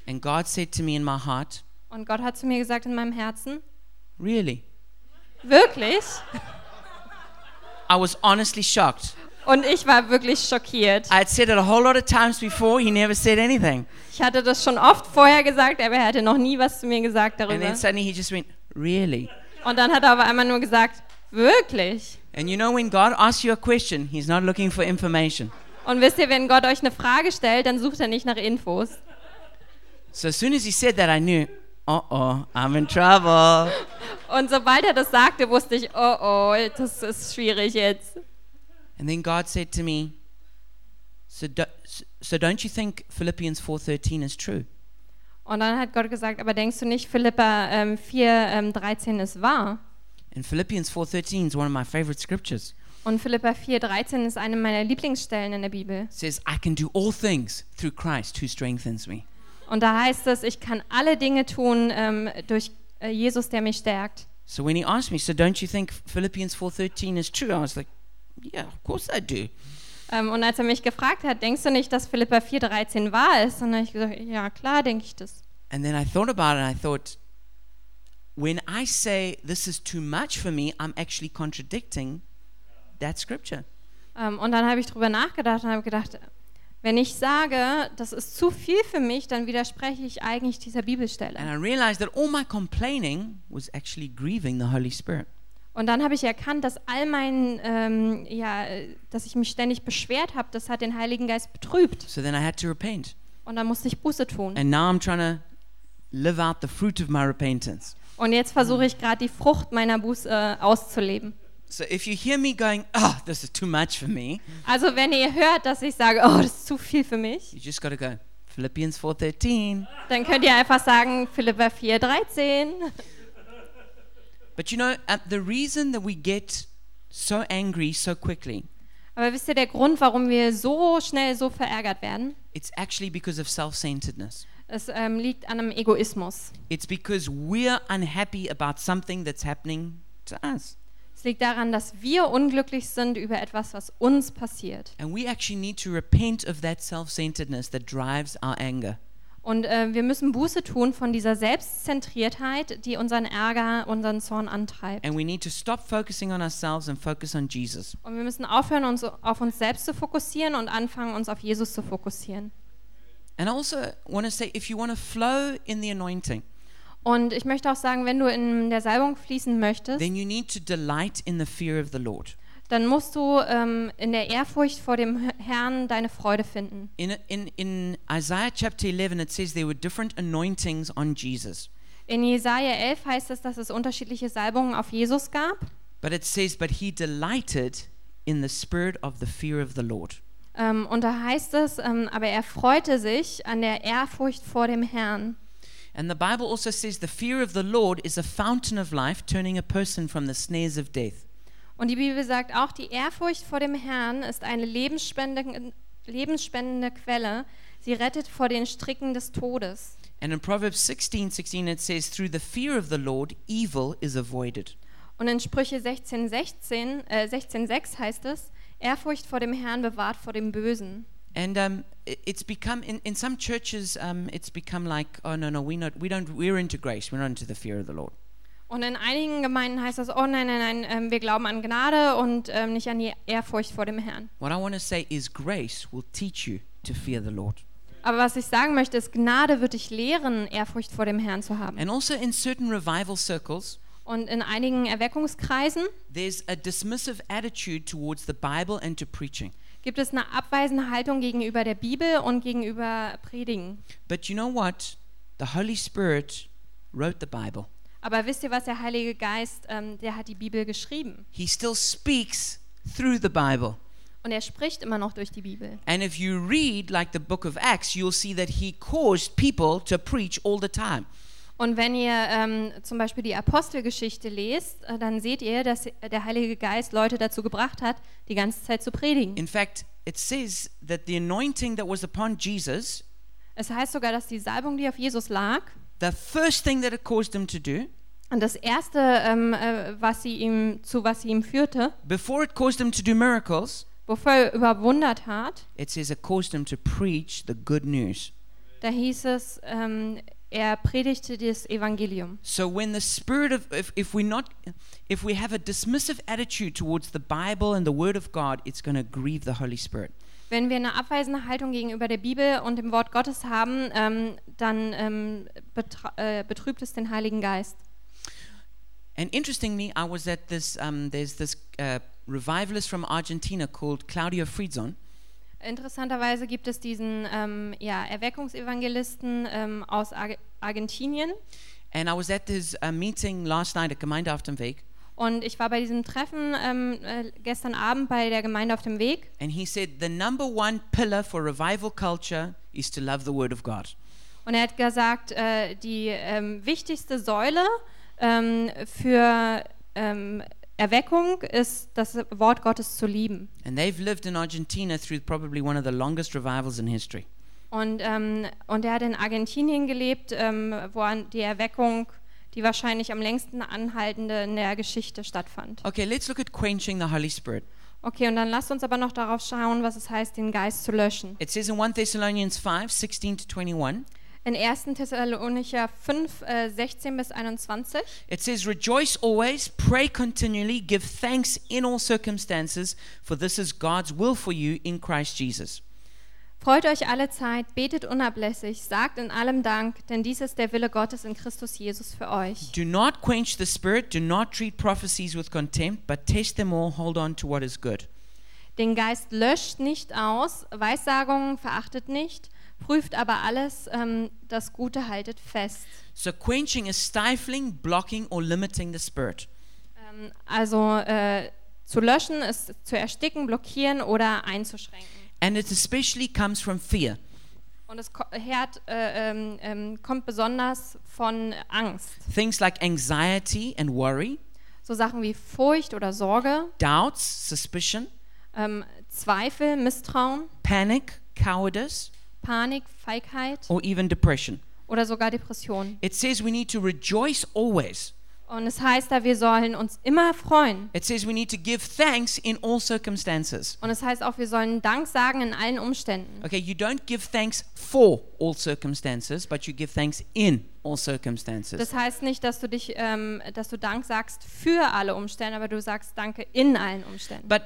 Speaker 1: And God said to me in my heart,
Speaker 2: Und Gott hat zu mir gesagt in meinem Herzen,
Speaker 1: Really?
Speaker 2: wirklich?
Speaker 1: I was honestly shocked.
Speaker 2: Und ich war wirklich schockiert.
Speaker 1: I had said it a whole lot of times before, He never said anything.
Speaker 2: Ich hatte das schon oft vorher gesagt, aber er hatte noch nie was zu mir gesagt
Speaker 1: And
Speaker 2: darüber.
Speaker 1: then suddenly He just went, Really?
Speaker 2: Und dann hat er aber einmal nur gesagt, wirklich?
Speaker 1: And you know, when God asks you a question, He's not looking for information.
Speaker 2: Und wisst ihr, wenn Gott euch eine Frage stellt, dann sucht er nicht nach Infos.
Speaker 1: So as soon as He said that, I knew, Uh oh, I'm in trouble.
Speaker 2: Und sobald er das sagte, wusste ich, oh oh, das ist schwierig jetzt.
Speaker 1: And then God said to me, so, do, so don't you think Philippians 4:13 is true?
Speaker 2: Und dann hat Gott gesagt, aber denkst du nicht, Philippa ähm, 4, ähm, 13 ist wahr?
Speaker 1: And Philippians 4:13 is one of my favorite scriptures.
Speaker 2: Und Philippa 4, 13 ist eine meiner Lieblingsstellen in der Bibel.
Speaker 1: It says, "I can do all things through Christ who strengthens me."
Speaker 2: Und da heißt es, ich kann alle Dinge tun ähm, durch äh, Jesus, der mich stärkt.
Speaker 1: So when he asked me, "So don't you think Philippians 4:13 is true?" I was like, "Yeah, of course I do."
Speaker 2: Ähm, und als er mich gefragt hat, denkst du nicht, dass Philippa 4,13 wahr ist? Und dann habe ich gesagt, ja klar, denke ich das.
Speaker 1: And then I thought about it and I thought, when I say this is too much for me, I'm actually contradicting that scripture.
Speaker 2: Ähm, und dann habe ich drüber nachgedacht und habe gedacht, wenn ich sage, das ist zu viel für mich, dann widerspreche ich eigentlich dieser
Speaker 1: And
Speaker 2: Bibelstelle.
Speaker 1: I realized that all my complaining was actually grieving the Holy Spirit.
Speaker 2: Und dann habe ich erkannt, dass all mein, ähm, ja, äh, dass ich mich ständig beschwert habe, das hat den Heiligen Geist betrübt.
Speaker 1: So then I had to repent.
Speaker 2: Und dann musste ich Buße tun.
Speaker 1: And now I'm trying to live out the fruit of my repentance.
Speaker 2: Und jetzt versuche ich gerade die Frucht meiner Buße äh, auszuleben.
Speaker 1: So if you hear me going, oh, this is too much for me,
Speaker 2: Also wenn ihr hört, dass ich sage, oh, das ist zu viel für mich,
Speaker 1: you just got to go, Philippians 4.13.
Speaker 2: dann könnt ihr einfach sagen, Philippa 4,13.
Speaker 1: But you know, uh, the reason that we get so angry so quickly,
Speaker 2: Aber wisst ihr, der Grund, warum wir so schnell so verärgert werden,
Speaker 1: it's actually because of self-centeredness.
Speaker 2: es ähm, liegt an einem Egoismus.
Speaker 1: It's because we're unhappy about something that's happening to us.
Speaker 2: Es liegt daran, dass wir unglücklich sind über etwas, was uns passiert.
Speaker 1: And we actually need to repent of that self-centeredness that drives our anger.
Speaker 2: Und äh, wir müssen Buße tun von dieser Selbstzentriertheit, die unseren Ärger, unseren Zorn antreibt.
Speaker 1: And we need to stop focusing on ourselves and focus on Jesus.
Speaker 2: Und wir müssen aufhören, uns auf uns selbst zu fokussieren und anfangen, uns auf Jesus zu fokussieren.
Speaker 1: And I also want to say if you want to flow in the anointing,
Speaker 2: Und ich möchte auch sagen, wenn du in der Salbung fließen möchtest,
Speaker 1: then you need to delight in the fear of the Lord.
Speaker 2: dann musst du ähm, in der Ehrfurcht vor dem Herrn deine Freude finden.
Speaker 1: In, in, in Isaiah chapter 11, it says there were different anointings on Jesus.
Speaker 2: In Jesaja 11 heißt es, dass es unterschiedliche Salbungen auf Jesus gab.
Speaker 1: But it says, But he delighted in the spirit of the fear of the Lord.
Speaker 2: Ähm, und da heißt es, ähm, aber er freute sich an der Ehrfurcht vor dem Herrn.
Speaker 1: And the Bible also says, The fear of the Lord is a fountain of life, turning a person from the snares of death.
Speaker 2: Und die Bibel sagt auch, die Ehrfurcht vor dem Herrn ist eine lebensspendende, lebensspendende Quelle. Sie rettet vor den Stricken des Todes.
Speaker 1: And in Proverbs 16 16, it says, Through the fear of the Lord, evil is avoided.
Speaker 2: Und in Sprüche 16, 16, äh, 16 6 heißt es, Ehrfurcht vor dem Herrn bewahrt vor dem Bösen.
Speaker 1: And um, it- it's become in, in some churches, um, it's become like, oh no, no, we not, we don't, we're into grace, we're not into the fear of the Lord.
Speaker 2: Und in einigen Gemeinden heißt das, oh nein, nein, nein, ähm, wir glauben an Gnade und ähm, nicht an die Ehrfurcht vor dem Herrn.
Speaker 1: What I want to say is, grace will teach you to fear the Lord.
Speaker 2: Aber was ich sagen möchte, ist, Gnade wird dich lehren, Ehrfurcht vor dem Herrn zu haben.
Speaker 1: And also in certain revival circles,
Speaker 2: Und in einigen Erweckungskreisen
Speaker 1: there's a dismissive attitude towards the Bible and to preaching.
Speaker 2: gibt es eine abweisende Haltung gegenüber der Bibel und gegenüber Predigen.
Speaker 1: But you know what? The Holy Spirit wrote the Bible.
Speaker 2: Aber wisst ihr was, der Heilige Geist, ähm, der hat die Bibel geschrieben.
Speaker 1: He still speaks through the Bible.
Speaker 2: Und er spricht immer noch durch die Bibel.
Speaker 1: And if you read like the book of Acts, you'll see that he caused people to preach all the time.
Speaker 2: Und wenn ihr ähm, zum Beispiel die Apostelgeschichte lest, äh, dann seht ihr, dass der Heilige Geist Leute dazu gebracht hat, die ganze Zeit zu predigen.
Speaker 1: In fact, it says that the anointing that was upon Jesus,
Speaker 2: Es heißt sogar, dass die Salbung, die auf Jesus lag,
Speaker 1: the first thing that it caused him to do,
Speaker 2: und das erste, ähm, äh, was sie ihm zu was sie ihm führte,
Speaker 1: before it caused him to do miracles,
Speaker 2: wovor er überwundert hat,
Speaker 1: it says it caused him to preach the good news.
Speaker 2: da hieß es, ähm, er predigte das Evangelium.
Speaker 1: So when the spirit of if, if we not if we have a dismissive attitude towards the Bible and the word of God, it's going to grieve the Holy Spirit.
Speaker 2: Wenn wir eine abweisende Haltung gegenüber der Bibel und dem Wort Gottes haben, ähm, dann ähm, betra- äh, betrübt es den Heiligen Geist.
Speaker 1: And interestingly, I was at this um, there's this uh, revivalist from Argentina called Claudio Fridzon,
Speaker 2: Interessanterweise gibt es diesen ähm, ja, Erweckungsevangelisten ähm, aus Arge- Argentinien.
Speaker 1: and I was at his uh, meeting last night at Gemeinde Aftenweg,
Speaker 2: Und ich war bei diesem Treffen ähm, äh, gestern Abend bei der Gemeinde auf dem Weg.
Speaker 1: and he said the number one pillar for revival culture is to love the word of God.
Speaker 2: Und er hat gesagt, äh, die ähm, wichtigste Säule ähm, für ähm, Erweckung ist, das Wort Gottes zu lieben.
Speaker 1: And they've lived in Argentina through probably one of the longest revivals in history.
Speaker 2: Und, ähm, und er hat in Argentinien gelebt, ähm, wo an die Erweckung, die wahrscheinlich am längsten anhaltende in der Geschichte stattfand.
Speaker 1: Okay, let's look at quenching the Holy Spirit.
Speaker 2: Okay, und dann lasst uns aber noch darauf schauen, was es heißt, den Geist zu löschen.
Speaker 1: It says in 1 Thessalonians 5 16 to 21,
Speaker 2: In 1. Thessalonicher 5, äh, 16 bis 21
Speaker 1: it says, Rejoice always, pray continually, give thanks in all circumstances, for this is God's will for you in Christ Jesus.
Speaker 2: Freut euch alle Zeit, betet unablässig, sagt in allem Dank, denn dies ist der Wille Gottes in Christus Jesus für euch.
Speaker 1: Do not quench the Spirit, do not treat prophecies with contempt, but test them all, hold on to what is good.
Speaker 2: Den Geist löscht nicht aus, Weissagungen verachtet nicht, prüft aber alles, ähm, das Gute haltet fest.
Speaker 1: So, quenching is stifling, blocking, or limiting the Spirit.
Speaker 2: Ähm, also äh, zu löschen ist zu ersticken, blockieren oder einzuschränken.
Speaker 1: And it especially comes from fear.
Speaker 2: Und es ko Herd, äh, ähm, ähm, kommt besonders von Angst.
Speaker 1: Things like anxiety and worry,
Speaker 2: So Sachen wie Furcht oder Sorge,
Speaker 1: doubts, suspicion,
Speaker 2: ähm, Zweifel, Misstrauen,
Speaker 1: panic, cowardice,
Speaker 2: Panik, Feigheit
Speaker 1: or even depression.
Speaker 2: oder sogar Depression.
Speaker 1: It says we need to rejoice always.
Speaker 2: Und es heißt da, wir sollen uns immer freuen.
Speaker 1: It says we need to give thanks in all circumstances.
Speaker 2: Und es heißt auch, wir sollen Dank sagen in allen Umständen.
Speaker 1: Okay, you don't give thanks for all circumstances, but you give thanks in all circumstances.
Speaker 2: Das heißt nicht, dass du dich, ähm, dass du Dank sagst für alle Umstände, aber du sagst Danke in allen Umständen.
Speaker 1: But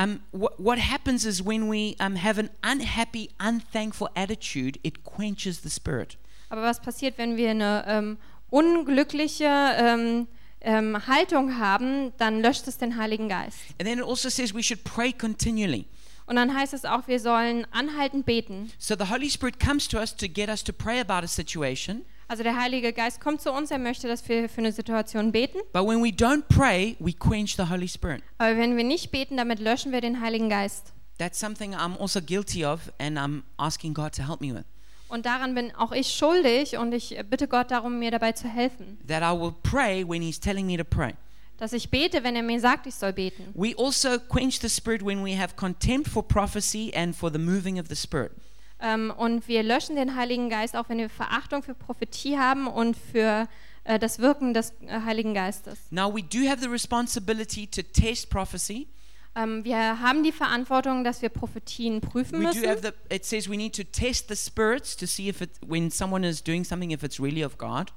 Speaker 1: um, wh- what happens is when we um, have an unhappy, unthankful attitude, it quenches the spirit.
Speaker 2: Aber was passiert, wenn wir eine ähm, unglückliche ähm, ähm, Haltung haben, dann löscht es den Heiligen Geist.
Speaker 1: And then it also says we should pray continually.
Speaker 2: Und dann heißt es auch, wir sollen anhaltend beten.
Speaker 1: So the Holy Spirit comes to us to get us to pray about a situation.
Speaker 2: Also der Heilige Geist kommt zu uns, er möchte, dass wir für eine Situation beten.
Speaker 1: But when we don't pray, we quench the Holy Spirit.
Speaker 2: Aber wenn wir nicht beten, damit löschen wir den Heiligen Geist.
Speaker 1: That's something I'm also guilty of, and I'm asking God to help me with.
Speaker 2: Und daran bin auch ich schuldig und ich äh, bitte Gott darum, mir dabei zu helfen.
Speaker 1: That I will pray when He's telling me to pray.
Speaker 2: Dass ich bete, wenn er mir sagt, ich soll beten.
Speaker 1: We also quench the Spirit when we have contempt for prophecy and for the moving of the Spirit.
Speaker 2: Ähm, und wir löschen den Heiligen Geist, auch wenn wir Verachtung für Prophetie haben und für äh, das Wirken des äh, Heiligen Geistes.
Speaker 1: Now, we do have the responsibility to test prophecy.
Speaker 2: Ähm, wir haben die Verantwortung, dass wir Prophetien prüfen
Speaker 1: We do have
Speaker 2: müssen.
Speaker 1: the, it says we need to test the spirits to see if it, when someone is doing something, if it's really of God.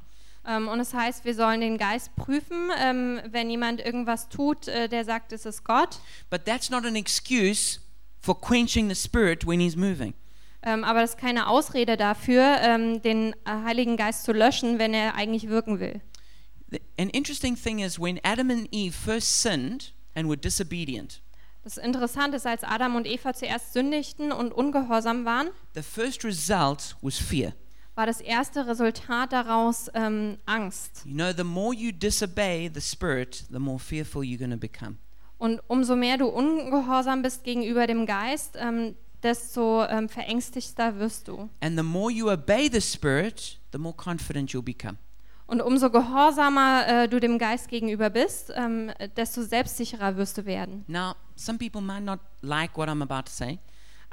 Speaker 2: Ähm, und es heißt, wir sollen den Geist prüfen, ähm, wenn jemand irgendwas tut, äh, der sagt, es ist Gott.
Speaker 1: But that's not an excuse for quenching the Spirit when He's moving.
Speaker 2: Ähm, aber das ist keine Ausrede dafür, ähm, den äh, Heiligen Geist zu löschen, wenn er eigentlich wirken will.
Speaker 1: The- An interesting thing is when Adam and Eve first sinned and were disobedient,
Speaker 2: Das Interessante ist, als Adam und Eva zuerst sündigten und ungehorsam waren,
Speaker 1: the first result was fear.
Speaker 2: war das erste Resultat daraus ähm, Angst.
Speaker 1: You know, the more you disobey the Spirit, the more fearful you're going to become.
Speaker 2: Und umso mehr du ungehorsam bist gegenüber dem Geist, ähm, desto ähm, verängstigter wirst du.
Speaker 1: And the more you obey the Spirit, the more confident you'll become.
Speaker 2: Und umso gehorsamer äh, du dem Geist gegenüber bist, ähm, desto selbstsicherer wirst du werden.
Speaker 1: Now, some people might not like what I'm about to say,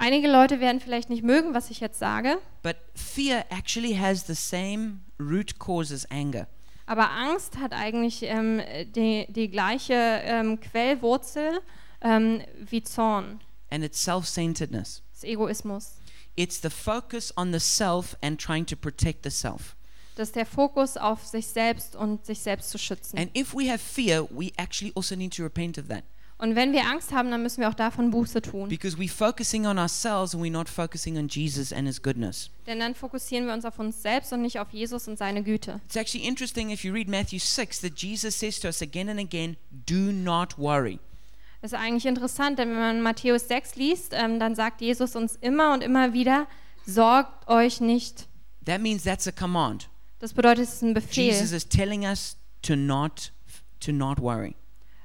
Speaker 2: Einige Leute werden vielleicht nicht mögen, was ich jetzt sage,
Speaker 1: but fear actually has the same root cause as anger.
Speaker 2: aber Angst hat eigentlich ähm, die, die gleiche ähm, Quellwurzel ähm, wie Zorn,
Speaker 1: And it's self centeredness.
Speaker 2: das Egoismus.
Speaker 1: It's the focus on the self and trying to protect the self.
Speaker 2: Das ist der Fokus auf sich selbst und sich selbst zu schützen.
Speaker 1: And if we have fear, we actually also need to repent of that
Speaker 2: Und wenn wir Angst haben, dann müssen wir auch davon Buße tun.
Speaker 1: because we're focusing on ourselves and we're not focusing on Jesus and his goodness.
Speaker 2: Denn dann fokussieren wir uns auf uns selbst und nicht auf Jesus und seine Güte.
Speaker 1: It's actually interesting if you read Matthew 6 that Jesus says to us again and again, do not worry.
Speaker 2: Das ist eigentlich interessant, denn wenn man Matthäus 6 liest, ähm, dann sagt Jesus uns immer und immer wieder, sorgt euch nicht.
Speaker 1: That means that's a command.
Speaker 2: Das bedeutet, es ist ein Befehl.
Speaker 1: Jesus is telling us to not to not worry.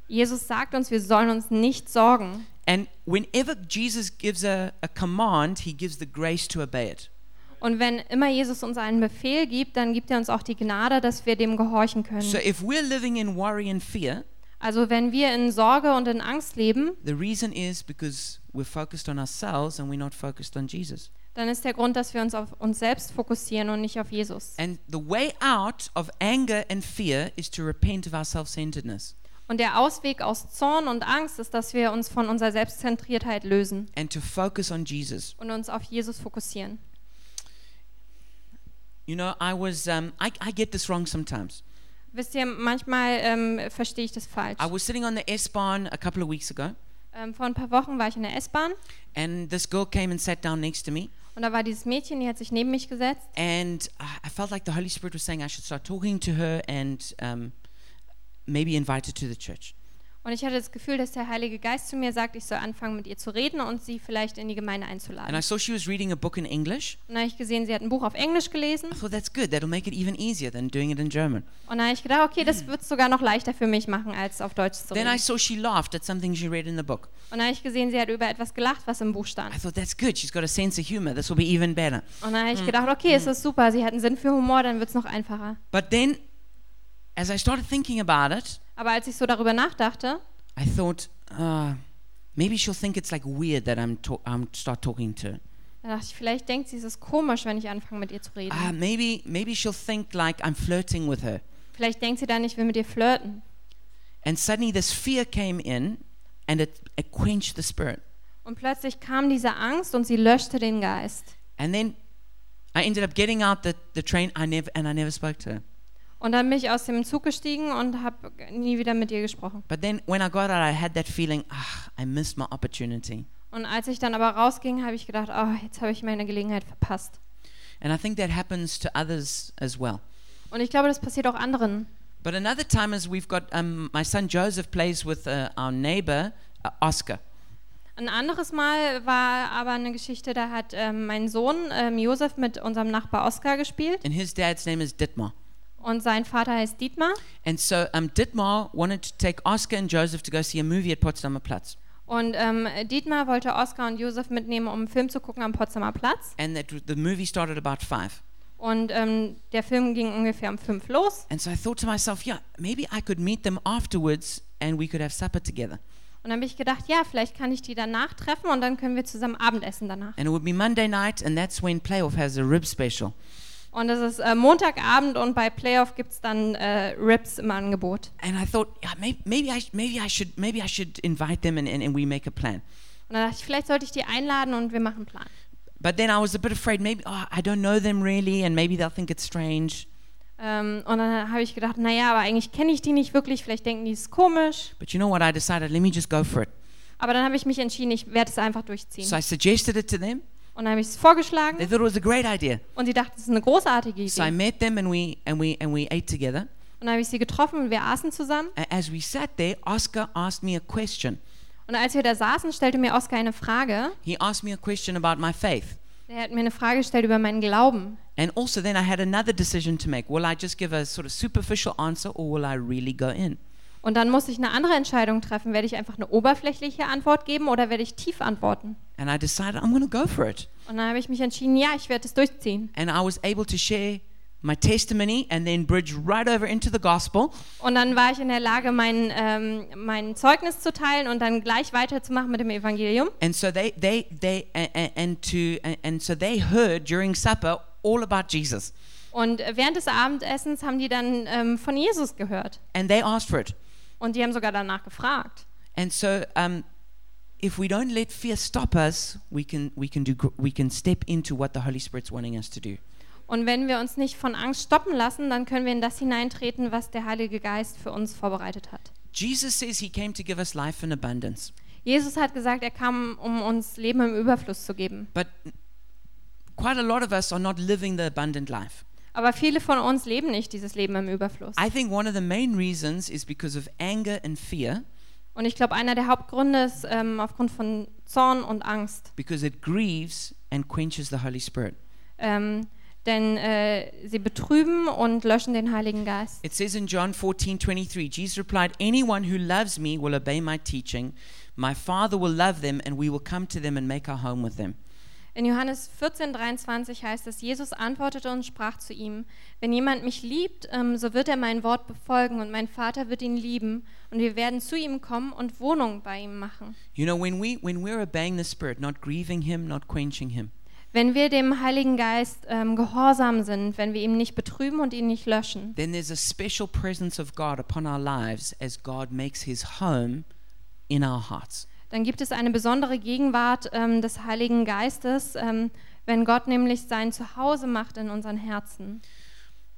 Speaker 2: Jesus sagt uns, wir sollen uns nicht sorgen.
Speaker 1: And whenever Jesus gives a, a command, he gives the grace to obey it.
Speaker 2: Und wenn immer Jesus uns einen Befehl gibt, dann gibt er uns auch die Gnade, dass wir dem gehorchen können.
Speaker 1: So if we're living in worry and fear,
Speaker 2: Also wenn wir in Sorge und in Angst leben,
Speaker 1: the reason is because we're focused on ourselves and we're not focused on Jesus.
Speaker 2: dann ist der Grund, dass wir uns auf uns selbst fokussieren und nicht auf Jesus.
Speaker 1: And the way out of anger and fear is to repent of our self centeredness
Speaker 2: Und der Ausweg aus Zorn und Angst ist, dass wir uns von unserer Selbstzentriertheit lösen
Speaker 1: and to focus on Jesus.
Speaker 2: und uns auf Jesus fokussieren.
Speaker 1: You know, I was, um, I, I get this wrong sometimes.
Speaker 2: Wisst ihr, manchmal ähm, verstehe ich das falsch.
Speaker 1: I was sitting on the S Bahn a couple of weeks ago,
Speaker 2: Ähm, vor ein paar Wochen war ich in der S-Bahn
Speaker 1: and this girl came and sat down next to me.
Speaker 2: und da war dieses Mädchen, die hat sich neben mich gesetzt
Speaker 1: And I I felt like the Holy Spirit was saying I should start talking to her and um, maybe invite her to the church.
Speaker 2: und ich hatte das Gefühl, dass der Heilige Geist zu mir sagt, ich soll anfangen, mit ihr zu reden und sie vielleicht in die Gemeinde
Speaker 1: And I
Speaker 2: einzuladen.
Speaker 1: saw she was reading a book in English.
Speaker 2: Und dann habe ich gesehen, sie hat ein Buch auf Englisch gelesen
Speaker 1: I thought that's good. That'll make it even easier than doing it in German.
Speaker 2: und da habe ich gedacht, okay, das wird es sogar noch leichter für mich machen, als auf Deutsch zu
Speaker 1: Mm. Then
Speaker 2: reden.
Speaker 1: I saw she laughed at something she read in the book.
Speaker 2: Und dann habe ich gesehen, sie hat über etwas gelacht, was im Buch stand.
Speaker 1: I thought that's good. She's got a sense of humor. This will be even better.
Speaker 2: Und dann habe
Speaker 1: Mm.
Speaker 2: ich gedacht, okay, es ist super, sie hat einen Sinn für Humor, dann wird es noch einfacher.
Speaker 1: But then, as I started thinking about it,
Speaker 2: Aber als ich so darüber nachdachte,
Speaker 1: I thought uh, maybe she'll think it's like weird that I'm ta- I'm start talking to her.
Speaker 2: dann dachte ich, vielleicht denkt sie, es ist komisch, wenn ich anfange, mit ihr zu reden.
Speaker 1: Ah, maybe maybe she'll think like I'm flirting with her.
Speaker 2: Vielleicht denkt sie dann, ich will mit dir flirten.
Speaker 1: And suddenly this fear came in and it, it quenched the spirit.
Speaker 2: Und plötzlich kam diese Angst und sie löschte den Geist.
Speaker 1: And then I ended up getting out the, the train I never, and I never spoke to her.
Speaker 2: Und dann bin ich aus dem Zug gestiegen und habe nie wieder mit ihr gesprochen.
Speaker 1: But then when I got out, I had that feeling, ah, I missed my opportunity.
Speaker 2: Und als ich dann aber rausging, habe ich gedacht, oh, jetzt habe ich meine Gelegenheit verpasst.
Speaker 1: And I think that happens to others as well.
Speaker 2: Und ich glaube, das passiert auch anderen.
Speaker 1: But another time is we've got um, my son Joseph plays with uh, our neighbor, uh, Oscar.
Speaker 2: Ein anderes Mal war aber eine Geschichte, da hat ähm, mein Sohn ähm, Josef mit unserem Nachbar Oskar gespielt
Speaker 1: And his dad's name is Dietmar.
Speaker 2: und sein Vater heißt Dietmar.
Speaker 1: And so um, Dietmar wanted to take Oscar and Joseph to go see a movie at Potsdamer Platz.
Speaker 2: Und ähm, Dietmar wollte Oskar und Josef mitnehmen, um einen Film zu gucken am Potsdamer Platz.
Speaker 1: And that the movie started about five.
Speaker 2: Und ähm, der Film ging ungefähr um fünf los.
Speaker 1: And so I thought to myself, yeah, maybe I could meet them afterwards and we could have supper together.
Speaker 2: Und dann habe ich gedacht, ja, vielleicht kann ich die danach treffen und dann können wir zusammen Abendessen danach.
Speaker 1: And it would be Monday night, and that's when Playoff has a rib special.
Speaker 2: Und es ist äh, Montagabend und bei Playoff gibt es dann äh, Rips im Angebot.
Speaker 1: And I thought, yeah, maybe, maybe, I, sh- maybe, I should, maybe I should invite them and, and, and we make a plan.
Speaker 2: Und dann dachte ich, vielleicht sollte ich die einladen und wir machen einen Plan.
Speaker 1: But then I was a bit afraid, maybe oh, I don't know them really, and maybe they'll think it's strange.
Speaker 2: Ähm, und dann habe ich gedacht, naja, aber eigentlich kenne ich die nicht wirklich, vielleicht denken die, es ist komisch.
Speaker 1: But you know what? I decided, let me just go for it.
Speaker 2: Aber dann habe ich mich entschieden, ich werde es einfach durchziehen.
Speaker 1: So I suggested it to them.
Speaker 2: Und dann habe ich es
Speaker 1: They
Speaker 2: vorgeschlagen
Speaker 1: thought it was a great idea.
Speaker 2: und sie dachten, es ist eine großartige Idee.
Speaker 1: So I
Speaker 2: Und
Speaker 1: met them and we, and we, and we ate together.
Speaker 2: dann habe ich sie getroffen und wir aßen zusammen.
Speaker 1: A- As we sat there, Oscar asked me a question.
Speaker 2: Und als wir da saßen, stellte mir Oskar eine Frage.
Speaker 1: He asked me a question about my faith.
Speaker 2: Er hat mir eine Frage gestellt über meinen Glauben.
Speaker 1: And also, then I had another decision to make. Will I just give a sort of superficial answer or will I really go in?
Speaker 2: Und dann musste ich eine andere Entscheidung treffen. Werde ich einfach eine oberflächliche Antwort geben oder werde ich tief antworten?
Speaker 1: And I decided I'm going to go for it.
Speaker 2: Und dann habe ich mich entschieden, ja, ich werde es durchziehen.
Speaker 1: And I was able to share my testimony and then bridge right over into the gospel.
Speaker 2: Und dann war ich in der Lage, mein, ähm, mein Zeugnis zu teilen und dann gleich weiterzumachen mit dem Evangelium.
Speaker 1: And so they, they, they, a- a- and to, a- and so they heard during supper all about Jesus,
Speaker 2: Und während des Abendessens haben die dann ähm, von Jesus gehört.
Speaker 1: and they asked for it.
Speaker 2: Und die haben sogar danach gefragt.
Speaker 1: And so, um, if we don't let fear stop us, we can, we can do, gr- we can step into what the Holy Spirit's wanting us to do.
Speaker 2: Und wenn wir uns nicht von Angst stoppen lassen, dann können wir in das hineintreten, was der Heilige Geist für uns vorbereitet hat.
Speaker 1: Jesus says He came to give us life in abundance.
Speaker 2: Jesus hat gesagt, er kam, um uns Leben im Überfluss zu geben.
Speaker 1: But quite a lot of us are not living the abundant life.
Speaker 2: Aber viele von uns leben nicht dieses Leben im Überfluss.
Speaker 1: I think one of the main reasons is because of anger and fear,
Speaker 2: Und ich glaube, einer der Hauptgründe ist ähm, aufgrund von Zorn und Angst.
Speaker 1: because it grieves and quenches the Holy Spirit.
Speaker 2: Ähm, denn äh, sie betrüben und löschen den Heiligen Geist.
Speaker 1: It says in John 14 23, Jesus replied, Anyone who loves me will obey my teaching. My Father will love them, and we will come to them and make our home with them.
Speaker 2: In Johannes 14, 23 heißt es, Jesus antwortete und sprach zu ihm, wenn jemand mich liebt, ähm, so wird er mein Wort befolgen und mein Vater wird ihn lieben und wir werden zu ihm kommen und Wohnung bei ihm machen.
Speaker 1: You know, when, we, when we're obeying the Spirit, not grieving Him, not quenching Him,
Speaker 2: Wenn wir dem Heiligen Geist ähm, gehorsam sind, wenn wir ihn nicht betrüben und ihn nicht löschen,
Speaker 1: then there's a special presence of God upon our lives as God makes His home in our hearts.
Speaker 2: dann gibt es eine besondere Gegenwart ähm, des Heiligen Geistes, ähm, wenn Gott nämlich sein Zuhause macht in unseren Herzen.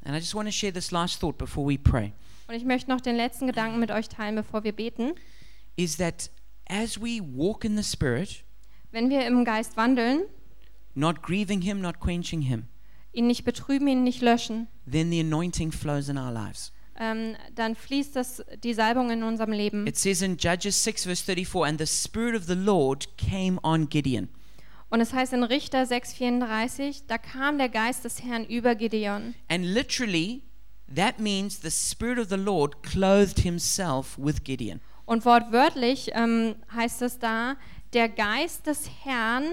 Speaker 1: And I just want to share this last thought before we pray
Speaker 2: Und ich möchte noch den letzten Gedanken mit euch teilen, bevor wir beten.
Speaker 1: is that as we walk in the Spirit,
Speaker 2: Wenn wir im Geist wandeln,
Speaker 1: not grieving Him, not quenching Him,
Speaker 2: ihn nicht betrüben, ihn nicht löschen,
Speaker 1: then the anointing flows in our lives.
Speaker 2: ähm, dann fließt das, die Salbung in unserem Leben.
Speaker 1: It says in Judges 6, verse 34, and the Spirit of the Lord came on Gideon.
Speaker 2: Und es heißt in Richter 6,34, da kam der Geist des Herrn über Gideon.
Speaker 1: And literally, that means the Spirit of the Lord clothed Himself with Gideon.
Speaker 2: Und wortwörtlich ähm, heißt es da, der Geist des Herrn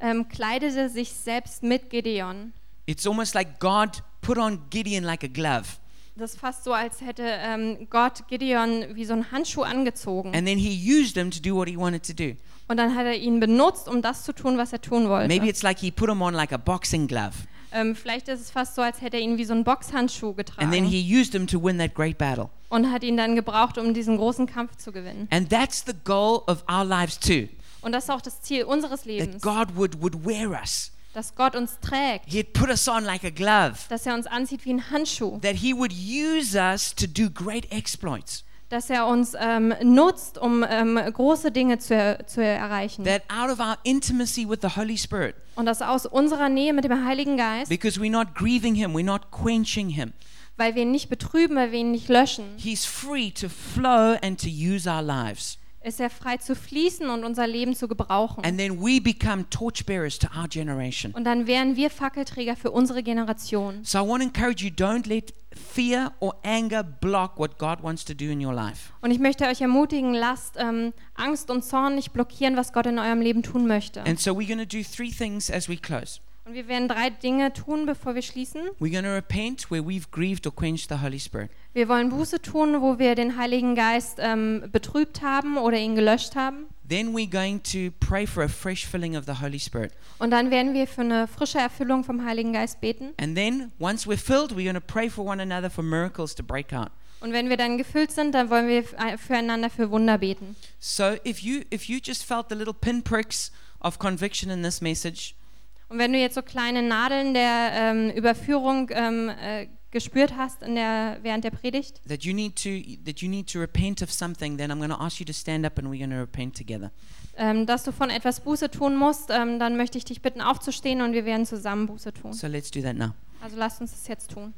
Speaker 2: ähm, kleidete sich selbst mit Gideon.
Speaker 1: It's almost like God put on Gideon like a glove,
Speaker 2: Das ist fast so, als hätte ähm, Gott Gideon wie so einen Handschuh angezogen.
Speaker 1: and then He used him to do what He wanted to do.
Speaker 2: Und dann hat er ihn benutzt, um das zu tun, was er tun wollte.
Speaker 1: Maybe it's like He put him on like a boxing glove.
Speaker 2: Ähm, vielleicht ist es fast so, als hätte er ihn wie so einen Boxhandschuh
Speaker 1: And then
Speaker 2: getragen
Speaker 1: he used him to win that great battle.
Speaker 2: und hat ihn dann gebraucht, um diesen großen Kampf zu gewinnen.
Speaker 1: And that's the goal of our lives too.
Speaker 2: Und das ist auch das Ziel unseres
Speaker 1: That
Speaker 2: Lebens,
Speaker 1: God would, would wear us.
Speaker 2: dass Gott uns trägt,
Speaker 1: He'd put us on like a glove.
Speaker 2: dass er uns anzieht wie ein Handschuh,
Speaker 1: That he would use us to do great exploits.
Speaker 2: dass er uns ähm, nutzt, um ähm, große Dinge zu, er zu erreichen.
Speaker 1: That out of our intimacy with the Holy Spirit,
Speaker 2: Und das aus unserer Nähe mit dem Heiligen Geist,
Speaker 1: because we're not grieving him, we're not quenching him,
Speaker 2: weil wir ihn nicht betrüben, weil wir ihn nicht löschen,
Speaker 1: he's free to flow and to use our lives.
Speaker 2: ist er frei zu fließen und unser Leben zu gebrauchen.
Speaker 1: And then we become torchbearers to our generation.
Speaker 2: Und dann wären wir Fackelträger für unsere Generation.
Speaker 1: So I want to encourage you don't let fear or anger block what God wants to do in your life.
Speaker 2: Und ich möchte euch ermutigen, lasst ähm, Angst und Zorn nicht blockieren, was Gott in eurem Leben tun möchte.
Speaker 1: And so we're going to do three things as we close.
Speaker 2: Und wir werden drei Dinge tun, bevor wir schließen.
Speaker 1: We're going to repent where we've grieved or quenched the Holy Spirit.
Speaker 2: Wir wollen Buße tun, wo wir den Heiligen Geist ähm, betrübt haben oder ihn gelöscht haben.
Speaker 1: Then we're going to pray for a fresh filling of the Holy Spirit.
Speaker 2: Und dann werden wir für eine frische Erfüllung vom Heiligen Geist beten.
Speaker 1: And then once we're filled, we're going to pray for one another for miracles to break out.
Speaker 2: Und wenn wir dann gefüllt sind, dann wollen wir f- äh, füreinander für Wunder beten.
Speaker 1: So if you if you just felt the little pinpricks of conviction in this message,
Speaker 2: Und wenn du jetzt so kleine Nadeln der ähm, Überführung ähm, äh, gespürt hast in der, während der Predigt,
Speaker 1: that you need to that you need to repent of something, then I'm going to ask you to stand up and we're going to repent together.
Speaker 2: ähm, dass du von etwas Buße tun musst, ähm, dann möchte ich dich bitten aufzustehen und wir werden zusammen Buße tun.
Speaker 1: So let's do that now.
Speaker 2: Also lasst uns das jetzt tun.